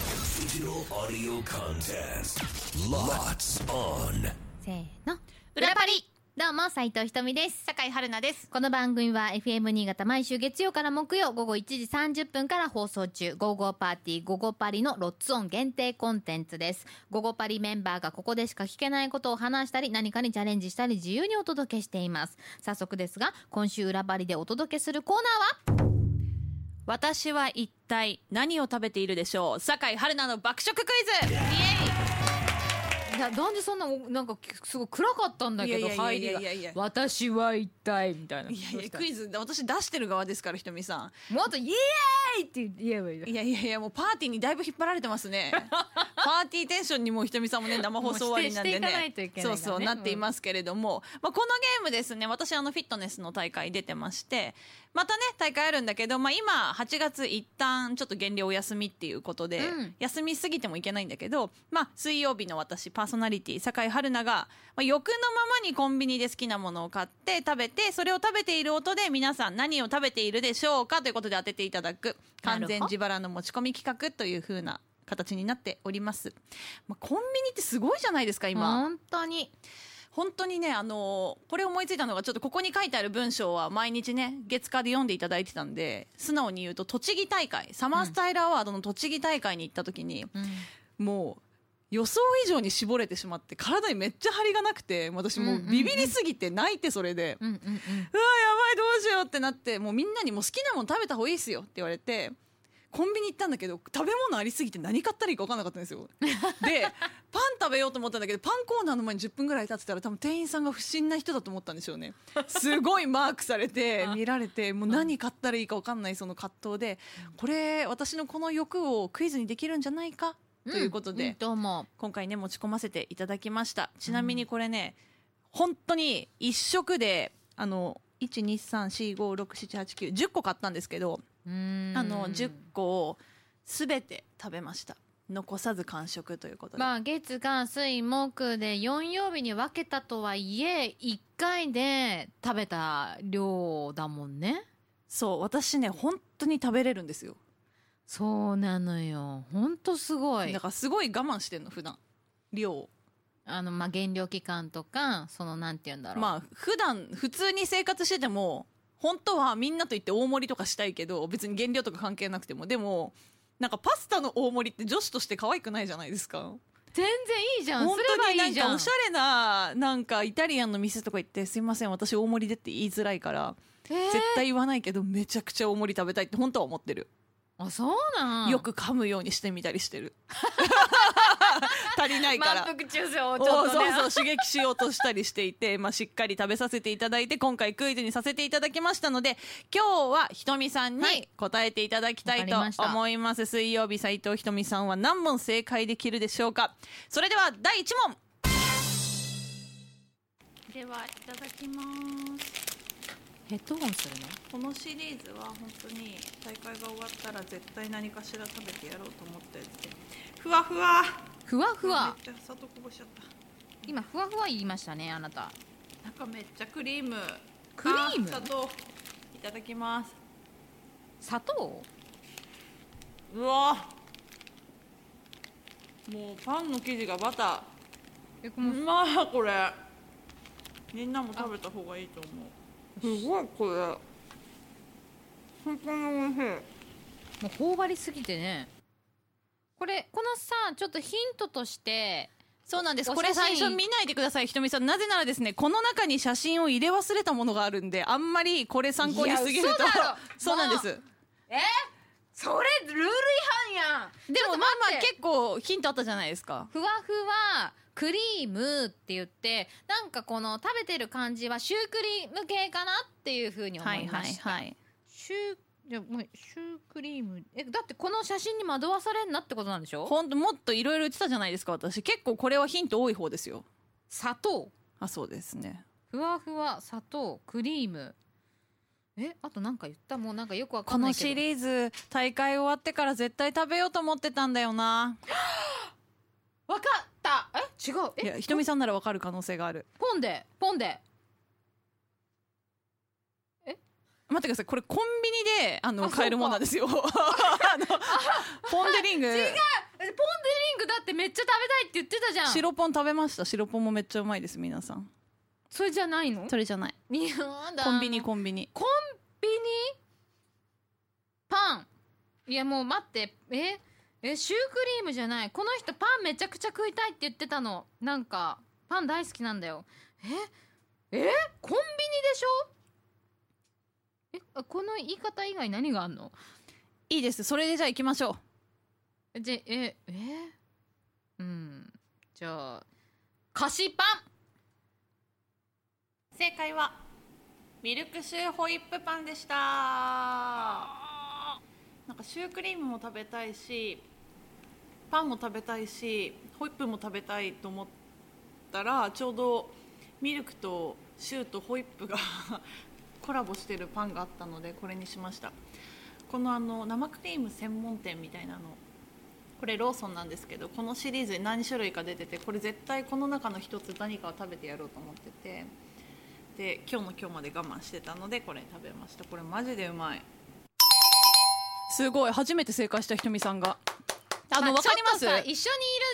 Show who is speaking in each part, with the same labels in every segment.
Speaker 1: Digital audio contest. Lots on.
Speaker 2: せーの。裏パリどうも、斉藤ひとみです。
Speaker 3: 酒井春菜です。
Speaker 2: この番組は FM 新潟毎週月曜から木曜午後1時30分から放送中、午後パーティー午後パリのロッツオン限定コンテンツです。午後パリメンバーがここでしか聞けないことを話したり、何かにチャレンジしたり自由にお届けしています。早速ですが、今週裏パリでお届けするコーナーは
Speaker 3: 私は一体何を食べているでしょう酒井春菜の爆食クイズイエ
Speaker 2: いや、なんでそんな、なんか、すごい暗かったんだけど、
Speaker 3: いやいや
Speaker 2: 入
Speaker 3: い
Speaker 2: り
Speaker 3: や
Speaker 2: が
Speaker 3: いやいや。
Speaker 2: 私は一体、みたいな。
Speaker 3: イいやいや、クイズ、私出してる側ですから、ひとみさ
Speaker 2: もっと、イエーイって言えばいいじゃん
Speaker 3: ん。いやいやいや、もうパーティーにだいぶ引っ張られてま すね。パーティーテンションにもうひとみさんもね、生放送終わりなんで
Speaker 2: もう指定していかない
Speaker 3: ね
Speaker 2: とい。けないから
Speaker 3: そ
Speaker 2: ね
Speaker 3: うそう、なっていますけれども。まあ、このゲームですね、私あの、フィットネスの大会出てまして、またね、大会あるんだけど、まあ、今、8月一旦、ちょっと減量お休みっていうことで、
Speaker 2: うん
Speaker 3: 休みすぎてもいけないんだけど、まあ、水曜日の私パーソナリティ酒井春菜が、まあ、欲のままにコンビニで好きなものを買って食べてそれを食べている音で皆さん何を食べているでしょうかということで当てていただ
Speaker 2: な
Speaker 3: く
Speaker 2: る
Speaker 3: 完
Speaker 2: ほど
Speaker 3: 全自腹の持ち込み企画というふうな形になっております、まあ、コンビニってすごいじゃないですか今、
Speaker 2: 本当に
Speaker 3: 本当にねあのーこれ思いついたのがちょっとここに書いてある文章は毎日ね月火で読んでいただいてたんで素直に言うと栃木大会サマースタイルアワードの栃木大会に行った時に、もう予想以上に絞れてしまって体にめっちゃ張りがなくてもう私もうう
Speaker 2: う
Speaker 3: ん
Speaker 2: んうん
Speaker 3: ビビりすぎて泣いてそれで、う
Speaker 2: うんうんうん
Speaker 3: わやばいどうしようってなってもうみんなにもう好きなもの食べた方がいいですよって言われてコンビニ行ったんだけど食べ物ありすぎて何買ったらいいか分かんなかったんですよでパン食べようと思ったんだけどパンコーナーの前に10分ぐらい経ってたら多分店員さんが不審な人だと思ったんでしょうねすごいマークされて見られてもう何買ったらいいか分かんないその葛藤でこれ私のこの欲をクイズにできるんじゃないか
Speaker 2: うん
Speaker 3: ということで、
Speaker 2: んどうも
Speaker 3: 今回ね持ち込ませていただきましたちなみにこれね、本当に一食であの12345678910個買ったんですけどあ
Speaker 2: あ
Speaker 3: の10個を全て食べました残さず完食ということで、
Speaker 2: まあ月火水木で4曜日に分けたとはいえ1回で食べた量だもんね
Speaker 3: そう私ね本当に食べれるんですよ
Speaker 2: そうなのよほんとすごい
Speaker 3: だからすごい我慢してんの普段量を
Speaker 2: あのまあ減量期間とかそのなんて言うんだろう
Speaker 3: まあ普段普通に生活してても本当はみんなと行って大盛りとかしたいけど別に減量とか関係なくてもでもなんかパスタの大盛りって女子として可愛くないじゃないですか
Speaker 2: 全然いいじゃんす
Speaker 3: 本
Speaker 2: れ
Speaker 3: 当に
Speaker 2: ば
Speaker 3: ない
Speaker 2: い
Speaker 3: ん
Speaker 2: じゃ
Speaker 3: か
Speaker 2: ん
Speaker 3: おしゃれななんかイタリアンの店とか行ってすいません私大盛りでって言いづらいから
Speaker 2: えー
Speaker 3: 絶対言わないけどめちゃくちゃ大盛り食べたいって本当は思ってる
Speaker 2: あそうなん
Speaker 3: よく噛むようにしてみたりし てる足りないから
Speaker 2: 満腹中枢を
Speaker 3: お
Speaker 2: ちょっとね
Speaker 3: そうそう刺激しようとしたりしていて、 まあ、しっかり食べさせていただいて今回クイズにさせていただきましたので今日はひとみさんに
Speaker 2: はい
Speaker 3: 答えていただきたいと
Speaker 2: わかりました
Speaker 3: 思います、水曜日斉藤ひとみさんは何問正解できるでしょうかそれでは第1問ではいただきます
Speaker 2: ヘッドホンするの
Speaker 3: このシリーズは本当に大会が終わったら絶対何かしら食べてやろうと思ったやつでふわふわ
Speaker 2: ふわふわ
Speaker 3: めっちゃ砂糖こぼしちゃった
Speaker 2: 今ふわふわ言いましたねあなた
Speaker 3: 中めっちゃクリーム
Speaker 2: クリーム
Speaker 3: あ砂糖いただきます
Speaker 2: 砂糖
Speaker 3: うわもうパンの生地がバタ
Speaker 2: えこ
Speaker 3: ー
Speaker 2: の
Speaker 3: うまいこれみんなも食べた方がいいと思うすごいこれ本当においしい
Speaker 2: もう頬張りすぎてねこれこのさちょっとヒントとして
Speaker 3: そうなんです
Speaker 2: お
Speaker 3: これ
Speaker 2: 写
Speaker 3: 最
Speaker 2: 真
Speaker 3: 初見ないでくださいひとみさんなぜならですねこの中に写真を入れ忘れたものがあるんであんまりこれ参考にしすぎると
Speaker 2: いや嘘だろ
Speaker 3: そうなんです
Speaker 2: えそれルール違反やん
Speaker 3: でもまあまあ
Speaker 2: 結
Speaker 3: 結構ヒントあったじゃないですか
Speaker 2: ふわふわクリームって言ってなんかこの食べてる感じはシュークリーム系かなっていうふうに思いました、
Speaker 3: はい
Speaker 2: シューじゃあもうシュークリームえだってこの写真に惑わされんなってことなんでしょ
Speaker 3: ほんともっといろいろ言ってたじゃないですか私結構これはヒント多い方ですよ
Speaker 2: 砂糖
Speaker 3: あそうですね
Speaker 2: ふわふわ砂糖クリームえあとなんか言ったもうなんかよくわか
Speaker 3: こ
Speaker 2: んな
Speaker 3: の
Speaker 2: いけど
Speaker 3: シリーズ大会終わってから絶対食べようと思ってたんだよな
Speaker 2: わかったえ違うえ
Speaker 3: いやひとみさんならわかる可能性がある
Speaker 2: ポンデポンデ
Speaker 3: 待ってくださいこれコンビニであの
Speaker 2: あ
Speaker 3: 買えるもんなんですよあのポン・デ・リング
Speaker 2: えポンデっちゃ食べたいって言ってたじゃん
Speaker 3: 白ポン食べました白ポンもめっちゃうまいです皆さん
Speaker 2: それじゃないの
Speaker 3: それじゃない
Speaker 2: 日本だ
Speaker 3: コンビニコンビニ
Speaker 2: コンビニパンいやもう待ってええシュークリームじゃないこの人パンめちゃくちゃ食いたいって言ってたのなんかパン大好きなんだよええコンビニでしょえあこの言い方以外何があんの
Speaker 3: いいですそれでじゃあ行きましょう
Speaker 2: じゃええうんじゃあ菓子パン
Speaker 4: 正解はミルクシューホイップパンでしたなんかシュークリームも食べたいしパンも食べたいしホイップも食べたいと思ったらちょうどミルクとシューとホイップが コラボしてるパンがあったのでこれにしましたこのあの生クリーム専門店みたいなのこれローソンなんですけどこのシリーズに何種類か出ててこれ絶対この中の一つ何かを食べてやろうと思っててで今日の今日まで我慢してたのでこれ食べましたこれマジでうまい
Speaker 3: すごい初めて正解したひとみさんがあの、
Speaker 2: ま
Speaker 3: わかりま
Speaker 2: ち
Speaker 3: す
Speaker 2: ょっとさ一緒にいる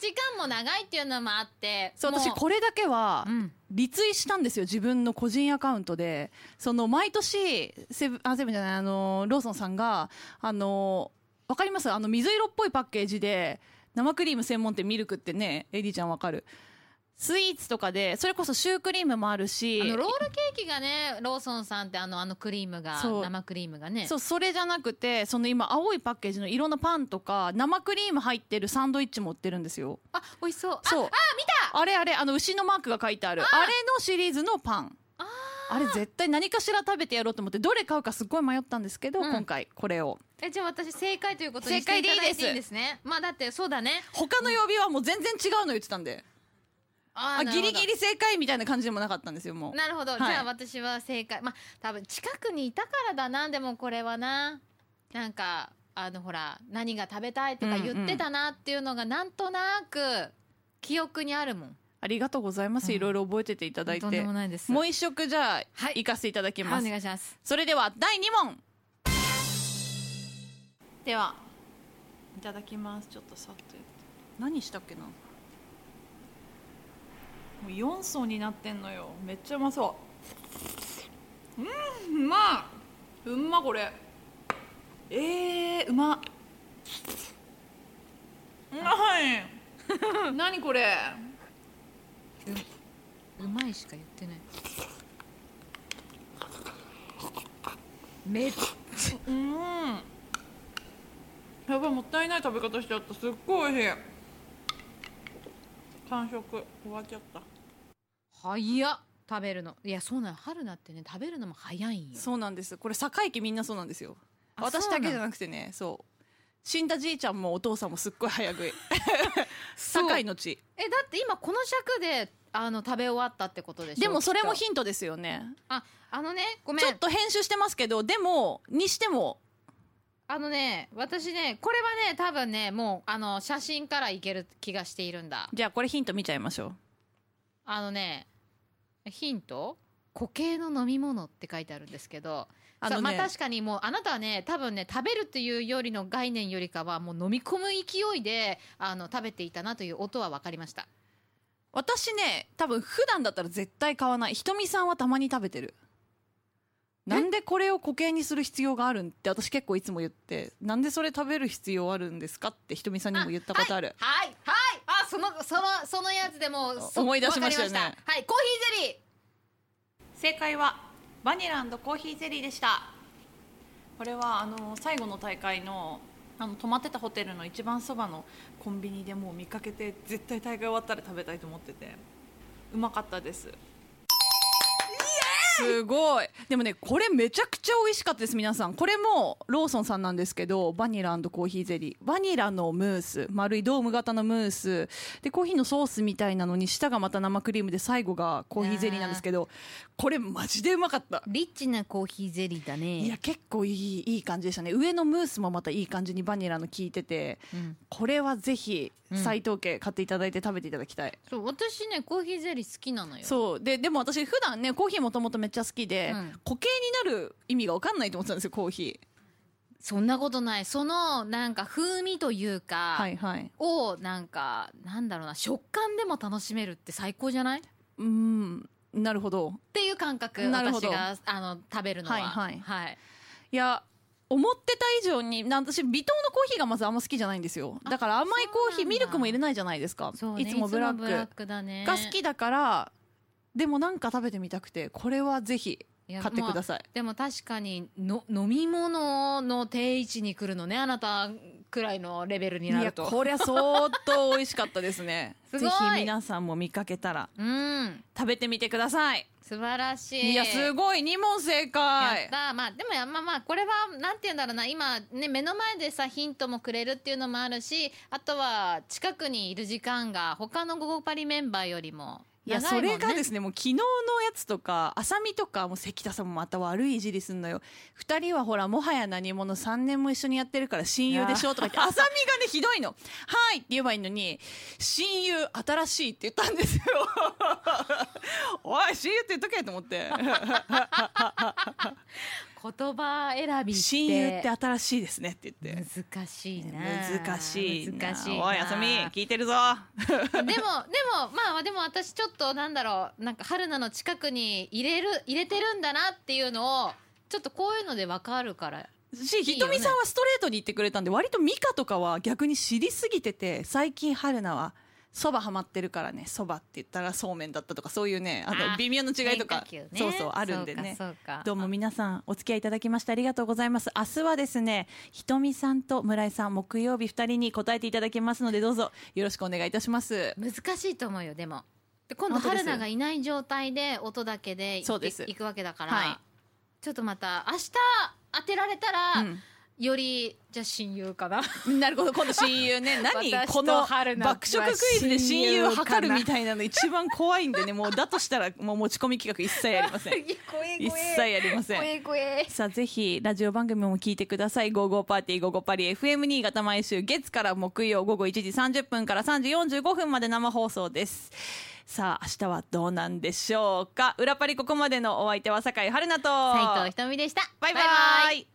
Speaker 2: 時間も長いっていうのもあって
Speaker 3: そう
Speaker 2: も
Speaker 3: 私これだけは
Speaker 2: うん
Speaker 3: リツイしたんですよ自分の個人アカウントでその毎年セブンあセブンじゃないあのローソンさんがあのわかりますあの水色っぽいパッケージで生クリーム専門店ミルクってねエリーちゃんわかるスイーツとかでそれこそシュークリームもあるし
Speaker 2: あのロールケーキがねローソンさんってあのあのクリームが
Speaker 3: そう
Speaker 2: 生クリームがね
Speaker 3: そうそれじゃなくてその今青いパッケージの色のパンとか生クリーム入ってるサンドイッチも売ってるんですよ
Speaker 2: あ美味しそう
Speaker 3: そう
Speaker 2: ああ
Speaker 3: あれあれあの牛のマークが書いてあるあれのシリーズのパン
Speaker 2: あ
Speaker 3: あれ絶対何かしら食べてやろうと思ってどれ買うかすっごい迷ったんですけど、
Speaker 2: うん
Speaker 3: 今回これを
Speaker 2: えじゃあ私正解ということに
Speaker 3: 正
Speaker 2: して
Speaker 3: 解
Speaker 2: い
Speaker 3: で
Speaker 2: た
Speaker 3: いい
Speaker 2: だ
Speaker 3: で
Speaker 2: い
Speaker 3: す
Speaker 2: ていいんですねまあだってそうだね
Speaker 3: 他の曜日はもう全然違うの言ってたんで、
Speaker 2: あ
Speaker 3: あ
Speaker 2: なる
Speaker 3: ギ
Speaker 2: ほど
Speaker 3: リギリ正解みたいな感じでもなかったんですよもう
Speaker 2: なるほど、
Speaker 3: はい
Speaker 2: じゃあ私は正解まあ多分近くにいたからだなでもこれはななんかあのほら何が食べたいとか言ってたなっていうのがなんとなく記憶にあるもん
Speaker 3: ありがとうございます、
Speaker 2: うん
Speaker 3: いろいろ覚えてていただいて
Speaker 2: とんでもないです
Speaker 3: もう一食じゃあ、
Speaker 2: はい
Speaker 3: 行かせていただきま
Speaker 2: はい
Speaker 3: す
Speaker 2: お願いします
Speaker 3: それでは第2問
Speaker 4: ではいただきますちょっとさっとやって何したっけなもう4層になってんのよめっちゃうまそううんうまいうんまこれえー、うまうまい 何これ
Speaker 2: うまいしか言ってないめっ
Speaker 4: うんやばいもったいない食べ方しちゃったすっごい美味しい完食終わっちゃった
Speaker 2: 早っ食べるのいやそうなの春菜ってね食べるのも早いんよ
Speaker 3: そうなんですこれ堺家みんなそうなんですよ
Speaker 2: あ
Speaker 3: 私だ
Speaker 2: そう
Speaker 3: けじ
Speaker 2: な
Speaker 3: ゃ
Speaker 2: の
Speaker 3: なくてねそう死んだじいちゃんもお父さんもすっごい早食い堺の地
Speaker 2: えだって今この尺であの食べ終わったってことでしょ
Speaker 3: でもそれも
Speaker 2: きっと
Speaker 3: ヒントですよね
Speaker 2: ああのねごめん
Speaker 3: ちょっと編集してますけどでもにしても
Speaker 2: あのね私ねこれはね多分ねもうあの写真からいける気がしているんだ
Speaker 3: じゃあこれヒント見ちゃいましょう
Speaker 2: あのねヒント固形の飲み物って書いてあるんですけど
Speaker 3: あ
Speaker 2: さ
Speaker 3: のね
Speaker 2: まあ確かにもうあなたはね多分ね食べるというよりの概念よりかはもう飲み込む勢いであの食べていたなという音は分かりました
Speaker 3: 私ね多分普段だったら絶対買わないひとみさんはたまに食べてるなんでこれを固形にする必要があるんって私結構いつも言ってなんでそれ食べる必要あるんですかってひとみさんにも言ったことある
Speaker 2: はいはいあそのそのそのやつでもうそ
Speaker 3: 思い出しましたよね
Speaker 2: わかりまはいコーヒーゼリー
Speaker 4: 正解はバニラコーヒーゼリーでしたこれはあの最後の大会のあの泊まってたホテルの一番そばのコンビニでもう見かけて絶対大会終わったら食べたいと思っててうまかったです
Speaker 3: すごいでもねこれめちゃくちゃ美味しかったです皆さんこれもローソンさんなんですけどバニラコーヒーゼリーバニラのムース丸いドーム型のムースでコーヒーのソースみたいなのに下がまた生クリームで最後がコーヒーゼリーなんですけどこれマジでうまかった
Speaker 2: リッチなコーヒーゼリーだね
Speaker 3: いや結構いいいい感じでしたね上のムースもまたいい感じにバニラの効いてて
Speaker 2: うん
Speaker 3: これはぜひ
Speaker 2: うん
Speaker 3: 斎藤家買っていただいて食べていただきたい、
Speaker 2: そう私ねコーヒーゼリー好きなのよ
Speaker 3: そうででも私普段ねコーヒーもともとめっちゃ好きで、
Speaker 2: うん
Speaker 3: 固形になる意味が分かんないと思ってたんですよコーヒー
Speaker 2: そんなことないそのなんか風味というか、
Speaker 3: はいはい
Speaker 2: をなんかなんだろうな食感でも楽しめるって最高じゃないっ
Speaker 3: うんなるほど
Speaker 2: ていう感覚
Speaker 3: なるほ
Speaker 2: 私
Speaker 3: ど
Speaker 2: があの食べるのは
Speaker 3: はいはい
Speaker 2: はい、
Speaker 3: いや思ってた以上になん私微糖のコーヒーがまずあんま好きじゃないんですよだから甘いコー
Speaker 2: そうな
Speaker 3: ヒー
Speaker 2: んだ
Speaker 3: ミルクも入れないじゃないですか
Speaker 2: そうね
Speaker 3: いつもブラッ
Speaker 2: いつもブラッ
Speaker 3: ク
Speaker 2: クだね
Speaker 3: が好きだからでもなんか食べてみたくてこれはぜひ
Speaker 2: いや
Speaker 3: 買ってくだ
Speaker 2: まあ
Speaker 3: さい
Speaker 2: でも確かにの飲み物の定位置に来るのねあなたくらいのレベルに
Speaker 3: い
Speaker 2: な
Speaker 3: や
Speaker 2: ると
Speaker 3: こりゃ相当美味しかったですね
Speaker 2: すごい
Speaker 3: ぜひ皆さんも見かけたら
Speaker 2: うん
Speaker 3: 食べてみてください
Speaker 2: 素晴らしい
Speaker 3: いやすごい2問正
Speaker 2: や
Speaker 3: 解
Speaker 2: ったまあでもやまあまあこれはなんて言うんだろうな今ね目の前でさヒントもくれるっていうのもあるしあとは近くにいる時間が他の「ゴゴパリ」メンバーよりも
Speaker 3: いや
Speaker 2: 長
Speaker 3: そ
Speaker 2: いもん、ね、
Speaker 3: れがですねもう昨日のやつとか浅見とかもう関田さんもまた悪いいじりすんのよ二人はほらもはや何者3年も一緒にやってるから親友でしょとか言って浅見がねひどいの「はい」って言えばいいのに「親友新しい」って言った んですよおい親友って言っとけと 思って
Speaker 2: 言葉選びって
Speaker 3: 親友って新しいですねって言って
Speaker 2: 難しいな
Speaker 3: 難しいな
Speaker 2: 難しいな
Speaker 3: おい浅見聞いてるぞ
Speaker 2: でもでもまあでも私ちょっとなんだろうなんか春菜の近くに入れる入れてるんだなっていうのをちょっとこういうのでわかるから
Speaker 3: し、
Speaker 2: いい
Speaker 3: ひ
Speaker 2: よ
Speaker 3: と
Speaker 2: ね
Speaker 3: みさんはストレートに言ってくれたんで、割とミカとかは逆に知りすぎてて、最近春菜は、そばハマってるからね、そばって言ったらそうめんだったとか、そういうね、あ
Speaker 2: あ
Speaker 3: の、微妙な違いと
Speaker 2: 変
Speaker 3: か、
Speaker 2: 化球ね
Speaker 3: そうそう、あるんでね。
Speaker 2: そうかそ
Speaker 3: ど
Speaker 2: う
Speaker 3: う
Speaker 2: か
Speaker 3: も皆さん、お付き合いいただきましてありがとうございます。明日はですね、ひとみさんと村井さん、木曜日二人に答えていただきますので、どうぞよろしくお願いいたします。
Speaker 2: 難しいと思うよでもで今度
Speaker 3: 本当で
Speaker 2: 春
Speaker 3: す
Speaker 2: 菜がいない状態で音だけでい
Speaker 3: そうです
Speaker 2: いくわけだから、
Speaker 3: は
Speaker 2: ちょっとまた明日当てられたら、よりじゃあ親友か な
Speaker 3: なるほど、今度親 友ね、何
Speaker 2: 私と
Speaker 3: この
Speaker 2: 春菜は
Speaker 3: 爆食クイズで親友を測るみたいなの一番怖いんでね、もうだとしたらもう持ち込み企画一切やりま せん。
Speaker 2: 怖え
Speaker 3: 一切やりません。
Speaker 2: え怖え
Speaker 3: さあぜひラジオ番組も聞いてください「55パーティー55パリ FM 新潟」毎週月から木曜午後1時30分から3時45分まで生放送ですさあ明日はどうなんでしょうか裏パリここまでのお相手は酒井春菜と
Speaker 2: 斉藤ひとみでした
Speaker 3: バイバイ